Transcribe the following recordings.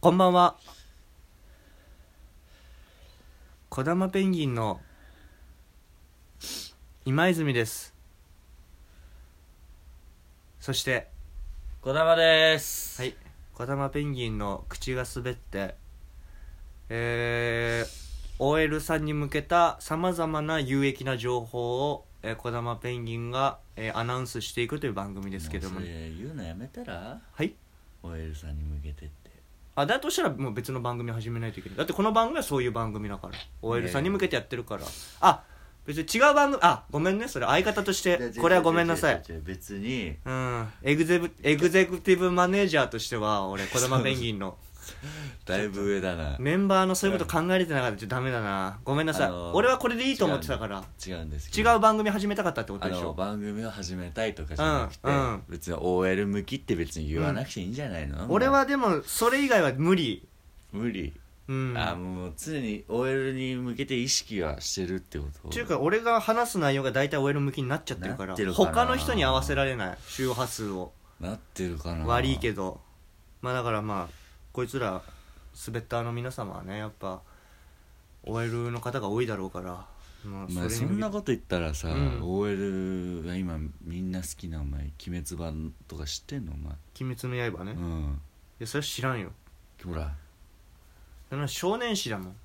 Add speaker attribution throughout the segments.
Speaker 1: こんばんは。こだまペンギンの今泉です。そして、
Speaker 2: こだまです。
Speaker 1: はい。、こだまペンギンの口が滑って、えー、OL さんに向けたさまざまな有益な情報を、えー、こだまペンギンが、えーアナウンスしていくという番組ですけども、
Speaker 2: うそれ言うのやめたら
Speaker 1: はい。
Speaker 2: ?OL さんに向けてって。
Speaker 1: あだとしたらもう別の番組始めないといけないだってこの番組はそういう番組だから OL さんに向けてやってるからあ別に違う番組あごめんねそれ相方としてこれはごめんなさい
Speaker 2: 違う。違う違う違う別に、
Speaker 1: うんエグゼブエグゼクティブマネージャーとしては俺児玉ペンギン の
Speaker 2: だいぶ上だな。
Speaker 1: メンバーのそういうこと考えれてなかったらちょっとダメだなごめんなさい、
Speaker 2: あのー
Speaker 1: 俺はこれでいいと思ってたから
Speaker 2: 違うんです
Speaker 1: 違
Speaker 2: け
Speaker 1: う
Speaker 2: ど。
Speaker 1: 番組始めたかったってこと
Speaker 2: あ
Speaker 1: でし
Speaker 2: の
Speaker 1: ょ
Speaker 2: 番組を始めたいとかじゃなくて、
Speaker 1: うんうん
Speaker 2: 別に OL 向きって別に言わなくていいんじゃないの、もう
Speaker 1: 俺はでもそれ以外は無理
Speaker 2: 無理、
Speaker 1: うん
Speaker 2: あもう常に OL に向けて意識はしてるってこと
Speaker 1: っていうか俺が話す内容が大体 OL 向きになっちゃってるから
Speaker 2: なってるかな
Speaker 1: 他の人に合わせられない周波数を
Speaker 2: なってるかな
Speaker 1: 悪いけどまあだからまあこいつらスベッターの皆様はねやっぱ OL の方が多いだろうから、ま
Speaker 2: まあ、
Speaker 1: れ
Speaker 2: そ
Speaker 1: に向け
Speaker 2: んなこと言ったらさ、
Speaker 1: うん
Speaker 2: OL が今みんな好きなお前鬼滅版とか知ってんのお前
Speaker 1: 鬼滅の刃ね、
Speaker 2: う
Speaker 1: い
Speaker 2: ん
Speaker 1: やそれは知らんよ
Speaker 2: ほら
Speaker 1: そんな少年誌だもん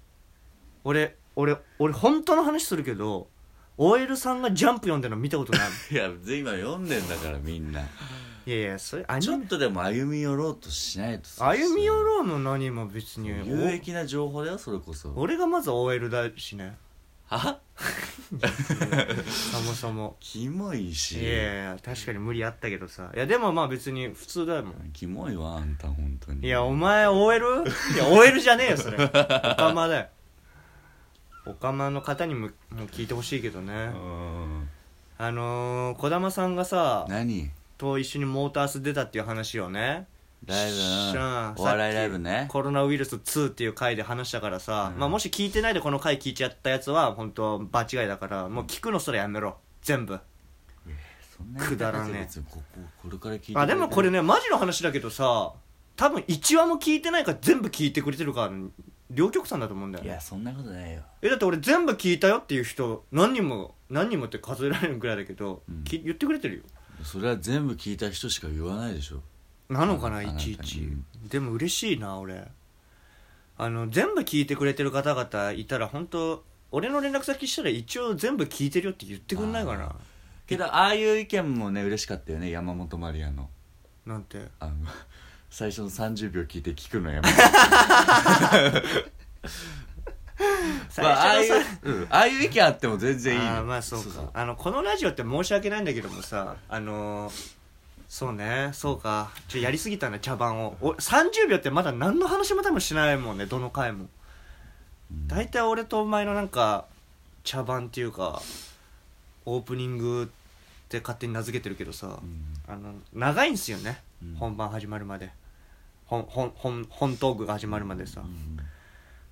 Speaker 1: 俺俺俺本当の話するけど OL さんが「ジャンプ」読んでるの見たことない
Speaker 2: いや今読んでんだからみんない
Speaker 1: やいやそれアニ
Speaker 2: ちょ
Speaker 1: メ
Speaker 2: っとでも歩み寄ろうとしないとさ
Speaker 1: 歩み寄ろうも何も別に
Speaker 2: 有益な情報だよそれこそ
Speaker 1: 俺がまず OL だしね
Speaker 2: は
Speaker 1: そもそも
Speaker 2: キモ い
Speaker 1: い
Speaker 2: し
Speaker 1: やいやいや確かに無理あったけどさいやでもまあ別に普通だもん
Speaker 2: キモいわあんた本当に
Speaker 1: いやお前 OL? いや OL じゃねえよそれ オカマだよオカマの方にももう聞いてほしいけど
Speaker 2: う
Speaker 1: ね
Speaker 2: ん
Speaker 1: あのー、児玉さんがさ
Speaker 2: 何
Speaker 1: と一緒にモータース出たっていう話をね
Speaker 2: ライブ
Speaker 1: し
Speaker 2: な
Speaker 1: ゃ
Speaker 2: お笑いライブね
Speaker 1: コロナウイルス2っていう回で話したからさ、
Speaker 2: うん
Speaker 1: まあ、もし聞いてないでこの回聞いちゃったやつは本当場違いだからもう聞くのそれやめろ全部
Speaker 2: そんな言い方
Speaker 1: くだらねえ
Speaker 2: 別にこここれから聞いて
Speaker 1: あでもこれ
Speaker 2: ね
Speaker 1: ねマジの話だけどさ多分1話も聞いてないから全部聞いてくれてるから両極端だと思うんだよ
Speaker 2: い
Speaker 1: ね
Speaker 2: やそんなことないよ
Speaker 1: えだって俺全部聞いたよっていう人何人も何人もって数えられるぐらいだけど、
Speaker 2: うん
Speaker 1: き言ってくれてるよ
Speaker 2: それは全部聞いた人しか言わないでしょ
Speaker 1: なのかな
Speaker 2: あ
Speaker 1: いちいち
Speaker 2: なんか
Speaker 1: でも嬉しいな俺あの全部聞いてくれてる方々いたら本当俺の連絡先したら一応全部聞いてるよって言ってくんないかな
Speaker 2: けどああいう意見もね嬉しかったよね山本まりやの
Speaker 1: なんて
Speaker 2: あの 最初の30秒聞いて聞くのやめ てまあああ
Speaker 1: 最
Speaker 2: い
Speaker 1: 初の
Speaker 2: う
Speaker 1: さ、
Speaker 2: うん、ああいう意見あっても全然いい
Speaker 1: あ
Speaker 2: の
Speaker 1: ーまあそうかあのこのラジオって申し訳ないんだけどもさあのーそうねそうかちょやりすぎたね茶番をお30秒ってまだ何の話も多分しないもんねどの回も
Speaker 2: うん
Speaker 1: 大体俺とお前のなんか茶番っていうかオープニングって勝手に名付けてるけどさ、
Speaker 2: うん
Speaker 1: あの長いんすよね、
Speaker 2: うん
Speaker 1: 本番始まるまで本本本本トークが始まるまでさ、
Speaker 2: うん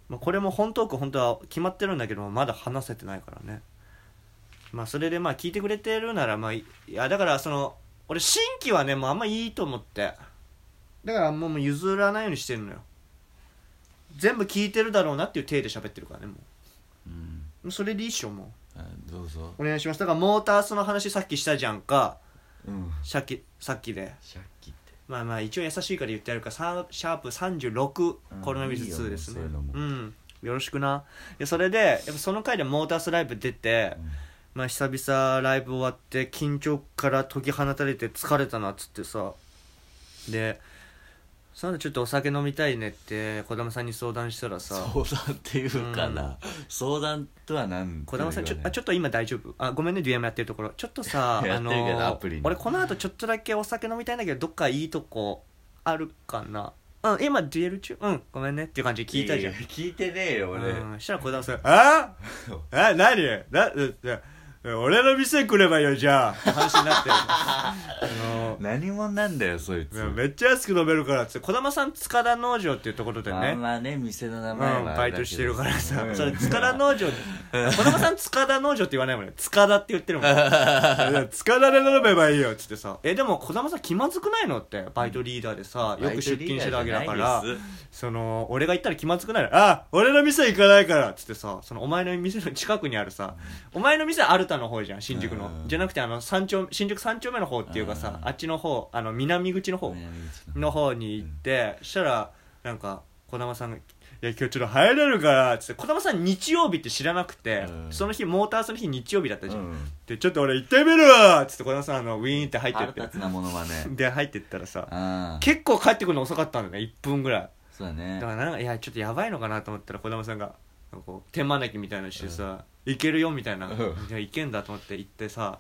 Speaker 1: まあ、これも本トーク本当は決まってるんだけどまだ話せてないからねまあそれでまあ聞いてくれてるならまあいいやだからその俺新規はねもうあんまいいと思ってだからもうもう譲らないようにしてるのよ全部聞いてるだろうなっていう体で喋ってるからねも
Speaker 2: う
Speaker 1: う
Speaker 2: ん
Speaker 1: それでいいっしょも
Speaker 2: あどうぞ
Speaker 1: うお願いしますだからモータースの話さっきしたじゃんか
Speaker 2: うん
Speaker 1: さっきさっきで
Speaker 2: 借金って
Speaker 1: まあまあ一応優しいから言ってやるからさシャープ36
Speaker 2: うん
Speaker 1: コロナウイルス2ですね
Speaker 2: いいよそういうのも
Speaker 1: んよろしくないやそれでやっぱその回でモータースライブ出て、まあ久々ライブ終わって緊張から解き放たれて疲れたなっつってさでその後ちょっとお酒飲みたいねって児玉さんに相談したらさ
Speaker 2: 相談っていうかな、
Speaker 1: う
Speaker 2: 相談とは何
Speaker 1: 児玉さんちょあち
Speaker 2: ょ
Speaker 1: ょっと今大丈夫あごめんね DM やってるところちょっとさ
Speaker 2: や
Speaker 1: あ
Speaker 2: ってるけどア
Speaker 1: の
Speaker 2: プリに
Speaker 1: 俺この後ちょっとだけお酒飲みたいんだけどどっかいいとこあるかなうん今 DL 中うんごめんねっていう感じで聞いたじゃん
Speaker 2: 聞いてねえよ俺、
Speaker 1: うんそしたら児玉さん「あえ何なえ俺の店来ればよじゃあって話に なってあの
Speaker 2: 何者なんだよそいつ
Speaker 1: いやめっちゃ安く飲めるからっつって児玉さん塚田農場っていうところで
Speaker 2: まあ
Speaker 1: ね
Speaker 2: まあね店の名
Speaker 1: うん、
Speaker 2: 前は
Speaker 1: バイトしてるからさ、
Speaker 2: うん
Speaker 1: それ塚 田農場児玉さん塚田農場って言わないもんね塚田って言ってるもんいや塚田で飲めばいいよっつってさえでも児玉さん気まずくないのってバイトリーダーでさよく出勤してるわけだから
Speaker 2: バイトリーダーじゃないで
Speaker 1: その俺が行ったら気まずくないのあ俺の店行かないからっつってさそのお前の店の近くにあるさお前の店はアルタの方じゃん新宿の
Speaker 2: うん
Speaker 1: じゃなくてあの三丁新宿三丁目の方っていうかさ
Speaker 2: うん
Speaker 1: あっちの方あの南口の
Speaker 2: す
Speaker 1: 方
Speaker 2: 南口の
Speaker 1: の方に行ってそしたらなんか児玉さんが「いや今日ちょっと入れるから」っつって児玉さん日曜日って知らなくて
Speaker 2: うん
Speaker 1: その日モータースの日日曜日だったじゃ
Speaker 2: うんん
Speaker 1: でちょっと俺行ってみるわっつって児玉さんあのウィーンって入って
Speaker 2: 腹
Speaker 1: っ
Speaker 2: 立
Speaker 1: て
Speaker 2: つなものはね
Speaker 1: で入ってったらさ
Speaker 2: ああ
Speaker 1: 結構帰ってくるの遅かったんだよね1分ぐらい
Speaker 2: そうだね
Speaker 1: だからなんかいやちょっとやばいのかなと思ったら児玉さんがなんかこう手招きみたいなのしてさ、いけるよみたいな、
Speaker 2: うん
Speaker 1: いやいけんだと思って行ってさ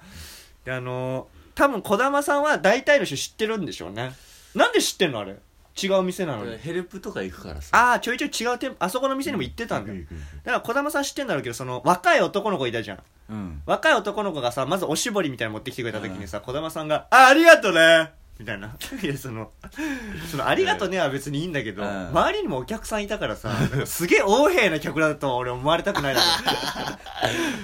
Speaker 1: であのー多分児玉さんは大体の人知ってるんでしょうねなんで知ってんのあれ違う店なのに
Speaker 2: ヘルプとか行くからさ
Speaker 1: ああちょいちょい違う店あそこの店にも行ってたんだよ
Speaker 2: 行く行く行く
Speaker 1: だから児玉さん知ってんだろうけどその若い男の子いたじゃん
Speaker 2: うん
Speaker 1: 若い男の子がさまずおしぼりみたいなの持ってきてくれた時にさ児玉さんが「あありがとうね」みたいな いやそのその「ありがとうね」は別にいいんだけど
Speaker 2: うん
Speaker 1: 周りにもお客さんいたからさすげえ横柄な客だと俺思われたくないな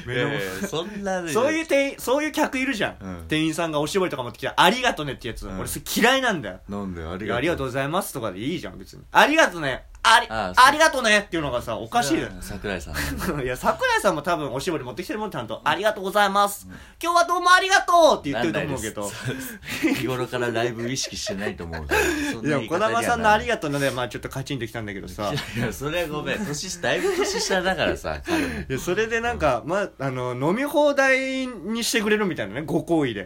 Speaker 1: 目の
Speaker 2: いやい やそんなね
Speaker 1: そういう店員そういう客いるじゃん、
Speaker 2: うん
Speaker 1: 店員さんがおしぼりとか持ってきて「ありがとうね」ってやつ、
Speaker 2: うん
Speaker 1: 俺それ嫌いなんだよ
Speaker 2: なんだよあ
Speaker 1: い
Speaker 2: り
Speaker 1: や
Speaker 2: が
Speaker 1: ありがとう
Speaker 2: う
Speaker 1: ございますとかでいいじゃん別にありがとうねあり
Speaker 2: あ
Speaker 1: あ
Speaker 2: そう
Speaker 1: りがとうねっていうのがさおかしいよ
Speaker 2: 桜井さん
Speaker 1: いや、桜井さんも多分おしぼり持ってきてるもん、ちゃんと。ありがとうございます。今日はどうもありがとうって言ってると思うけど。
Speaker 2: 日頃からライブ意識してないと思うからそ
Speaker 1: い
Speaker 2: な
Speaker 1: や、
Speaker 2: 言
Speaker 1: 児
Speaker 2: い方には
Speaker 1: 玉さんの
Speaker 2: な
Speaker 1: あ
Speaker 2: らない
Speaker 1: りがとうので、まあちょっとカチンときたんだけどさ。
Speaker 2: いやそれはごめん年下だいぶ年下だからさ彼も
Speaker 1: いや、それでなんか、まあ、あの、飲み放題にしてくれるみたいなね、ご好意で。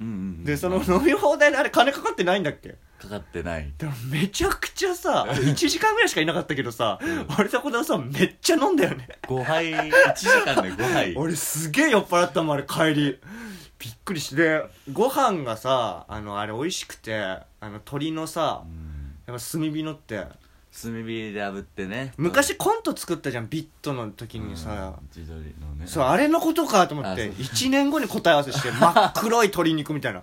Speaker 2: うんうんうん
Speaker 1: で、その飲み放題のあれ金かかってないんだっけ
Speaker 2: かかってない
Speaker 1: でもめちゃくちゃ さ、1時間ぐらいしかいなかったけどさ、俺と児玉さんめっちゃ飲んだよね。
Speaker 2: 5杯1時間で5杯
Speaker 1: 俺すげえ酔っ払ったもんあれ帰りびっくりしてでご飯がさあのあれ美味しくてあの鶏のさ
Speaker 2: うん
Speaker 1: やっぱ炭火のって
Speaker 2: 炭火で炙ってね
Speaker 1: 昔コント作ったじゃんビットの時にさ、
Speaker 2: うん自撮りのね
Speaker 1: そうあれのことかと思って
Speaker 2: あそう
Speaker 1: 1年後に答え合わせ して真っ黒い鶏肉みたいな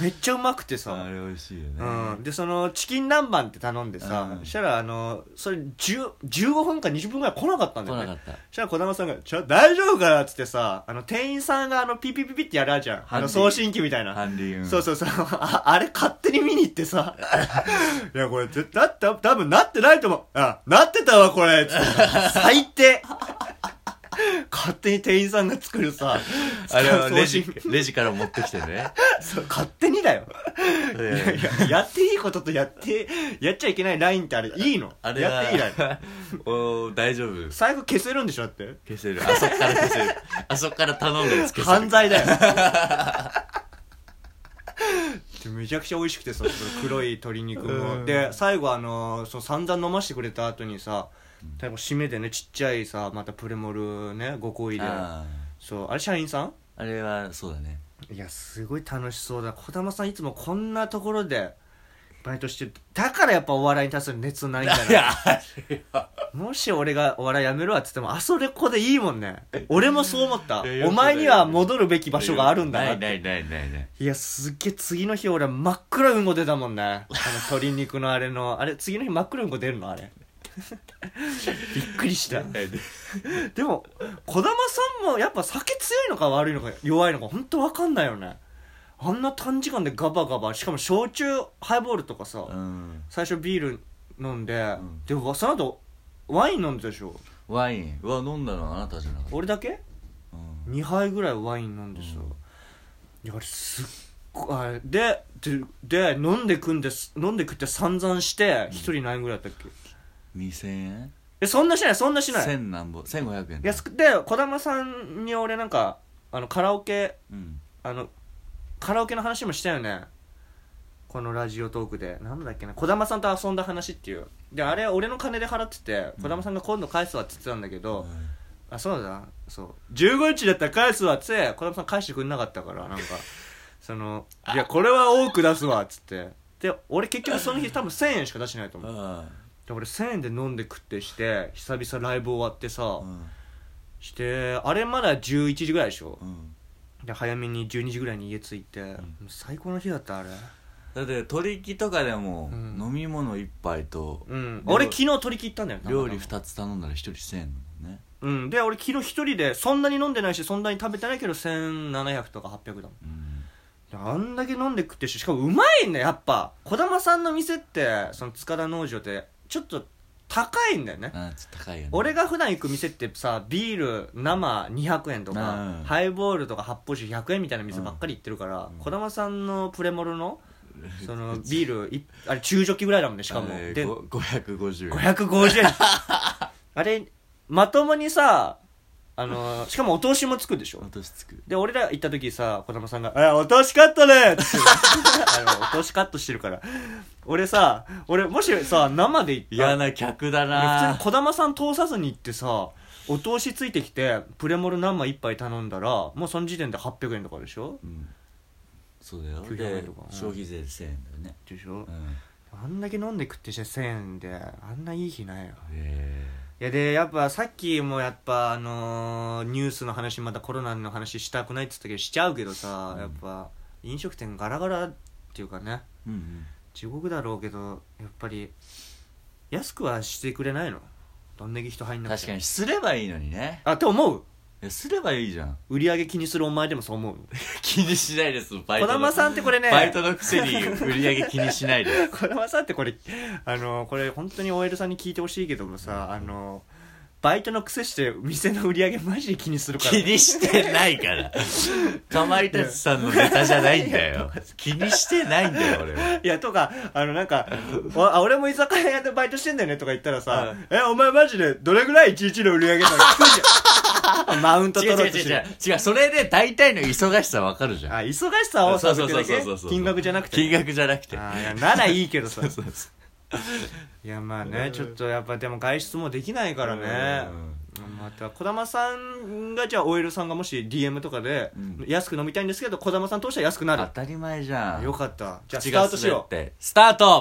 Speaker 1: めっちゃうまくて
Speaker 2: あ
Speaker 1: さ
Speaker 2: れ美味しいよね
Speaker 1: うん、でそのチキン南蛮って頼んでさ、
Speaker 2: うん
Speaker 1: そしたらあのそれ10 15分か20分ぐらい来なかったんだ
Speaker 2: 来
Speaker 1: よね
Speaker 2: なかった
Speaker 1: じゃあ児玉さんが「ちょ大丈夫かな?」っつってさあの店員さんがあのピピピピってやるあるじゃんあ
Speaker 2: ハンデ
Speaker 1: の
Speaker 2: ィ
Speaker 1: 送信機みたいな、
Speaker 2: ハンディ
Speaker 1: そうそうそうああれ勝手に見に行ってさ 「いやこれ絶対だって多分なってないと思うあなってたわこれ」つってさ最低勝手に店員さんが作るさ
Speaker 2: あれはレジ
Speaker 1: 送信
Speaker 2: レジから持ってきてね
Speaker 1: そう勝手にだよ
Speaker 2: い
Speaker 1: いやいややっていいこととやってやっちゃいけないラインってあれいいの
Speaker 2: あれ
Speaker 1: や
Speaker 2: は
Speaker 1: っていいライン
Speaker 2: おー大丈夫
Speaker 1: 財布消せるんでしょだって
Speaker 2: 消せるあそっから消せ るあそっから頼んだやつ消せる
Speaker 1: 犯罪だよで めちゃくちゃ美味しくてさその黒い鶏肉も、
Speaker 2: うん
Speaker 1: で最後あのーその散々飲ましてくれた後にさ最後締めでねちっちゃいさまたプレモルねご好意で
Speaker 2: あ
Speaker 1: そうあれ社員さん
Speaker 2: ーあれはそうだね
Speaker 1: いやすごい楽しそうだ児玉さんいつもこんなところでバイトしてるだからやっぱお笑いに対する熱ないんだ
Speaker 2: い
Speaker 1: な
Speaker 2: やあれは
Speaker 1: もし俺がお笑いやめるわっつってもあそれこでいいもんね俺もそう思った
Speaker 2: いやよくない
Speaker 1: お前には戻るべき場所があるんだなって
Speaker 2: ないないないないない
Speaker 1: いやすっげえ次の日俺真っ黒いうんこ出たもんねあの鶏肉のあれのあれ次の日真っ黒いうんこ出るのあれ びっくりしたでも児玉さんもやっぱ酒強いのか悪いのか弱いのか本当わかんないよねあんな短時間でガバガバしかも焼酎ハイボールとかさ
Speaker 2: うん
Speaker 1: 最初ビール飲んで、
Speaker 2: ん
Speaker 1: でわその後ワイン飲んでたでしょ
Speaker 2: ワインうわ飲んだのあなたじゃなかった
Speaker 1: 俺だけ
Speaker 2: うん
Speaker 1: 2杯ぐらいワイン飲んでさ、
Speaker 2: うん
Speaker 1: いやあれすっごいあれででで飲んでくんです飲んで食って散々して一人何円ぐらいだったっけ
Speaker 2: 2000円
Speaker 1: えそんなしないそんなしない
Speaker 2: 1000何本1500円
Speaker 1: 安くで児玉さんに俺なんかあのカラオケ
Speaker 2: うん
Speaker 1: あのカラオケの話もしたよねこのラジオトークでなんだっけな児玉さんと遊んだ話っていうであれ俺の金で払ってて児玉さんが今度返すわって言ってたんだけど、あそうだそう15日だったら返すわっつって児玉さん返してくれなかったからなんか その「いやこれは多く出すわ」っつってで俺結局その日多分1000円しか出してないと
Speaker 2: う
Speaker 1: 思うんで俺1000円で飲んで食ってして久々ライブ終わってさ、
Speaker 2: うん
Speaker 1: してあれまだ11時ぐらいでしょ
Speaker 2: うん
Speaker 1: で早めに12時ぐらいに家着いて、
Speaker 2: ん
Speaker 1: 最高の日だったあれ
Speaker 2: だって取り木とかでも
Speaker 1: うん
Speaker 2: 飲み物一杯と
Speaker 1: うん
Speaker 2: 料
Speaker 1: 俺昨日取り切ったんだよ
Speaker 2: 料理
Speaker 1: 二
Speaker 2: 二つ頼んだら一人1000円だもんね
Speaker 1: うんで俺昨日一人でそんなに飲んでないしそんなに食べてないけど1700とか800だもん
Speaker 2: うん
Speaker 1: であんだけ飲んで食ってるししかもうまいねやっぱ児玉さんの店ってその塚田農場ってちょっと高いんだよね
Speaker 2: あーちょっと高いよね
Speaker 1: 俺が普段行く店ってさビール生200円とか、
Speaker 2: うん
Speaker 1: ハイボールとか発泡酒100円みたいな店ばっかり行ってるから
Speaker 2: うん
Speaker 1: 児、玉さんのプレモルのそのビールいあれ中ジョッキぐらいだもんねしかも
Speaker 2: あれ
Speaker 1: で
Speaker 2: ご550円
Speaker 1: 550円あれまともにさあのしかもお通しもつくでしょ
Speaker 2: 落としつく
Speaker 1: で俺ら行った時さ児玉さんが「あお通しカットね!」っつってあの お通しカットしてるから俺さ俺もしさ生で行った
Speaker 2: 嫌な客だ
Speaker 1: 普通に
Speaker 2: な
Speaker 1: 児玉さん通さずに行ってさお通しついてきてプレモル生一杯頼んだらもうその時点で800円とかでしょ
Speaker 2: うんそうだよ
Speaker 1: 900円
Speaker 2: で
Speaker 1: とかうん
Speaker 2: 消費税で1000円だよね
Speaker 1: でしょ
Speaker 2: うん
Speaker 1: あんだけ飲んで食ってして1000円であんないい日ないよ
Speaker 2: へ
Speaker 1: いやでやっぱさっきもやっぱあのーニュースの話またコロナの話したくないっつったけどしちゃうけどさ、
Speaker 2: うん
Speaker 1: やっぱ飲食店ガラガラっていうかね
Speaker 2: えうんうん
Speaker 1: 地獄だろうけどやっぱり安くはしてくれないのどんだけ人入んなくて
Speaker 2: 確かにすればいいのにね
Speaker 1: あって思う
Speaker 2: いやすればいいじゃん
Speaker 1: 売り上げ気にするお前でもそう 思う
Speaker 2: 気にしないですバイ
Speaker 1: 児
Speaker 2: トの
Speaker 1: 玉さんってこれね
Speaker 2: バイトのくせに売り上げ気にしないです
Speaker 1: 児玉さんってこれあのこれ本当に OL さんに聞いてほしいけどもさあのバイトの癖して店の売り上げマジで 気にするから
Speaker 2: 気にしてないから かまいたちさんのネタじゃないんだよ気にしてないんだよ俺はい
Speaker 1: や、とか、あの、なん か、おあ俺も居酒屋でバイトしてんだよねとか言ったらさ、え、お前マジでどれぐらい1日の売り上げなの聞くじゃん。 マウント取
Speaker 2: 違う
Speaker 1: ろう
Speaker 2: 違う
Speaker 1: とし
Speaker 2: 違
Speaker 1: てる
Speaker 2: う違う違うそれで大体の忙しさわかるじゃん
Speaker 1: あ、忙しさを
Speaker 2: そう
Speaker 1: させ
Speaker 2: そ
Speaker 1: て
Speaker 2: うそ
Speaker 1: だ
Speaker 2: うそう
Speaker 1: け
Speaker 2: そうそう
Speaker 1: 金額じゃなくて。
Speaker 2: 金額じゃなくて
Speaker 1: あいやならいいけどさ。
Speaker 2: そうそ
Speaker 1: いや、まあね、ちょっとやっぱでも外出もできないからね。また、児玉さんが、じゃあ、オイルさんがもし DM とかで
Speaker 2: うん、
Speaker 1: 安く飲みたいんですけど、児玉さん通したら安くな
Speaker 2: 当
Speaker 1: る。
Speaker 2: たり前じゃん
Speaker 1: よかった。じゃあ、ス
Speaker 2: 口
Speaker 1: タ
Speaker 2: が
Speaker 1: ートしよう
Speaker 2: 滑っ。てスタート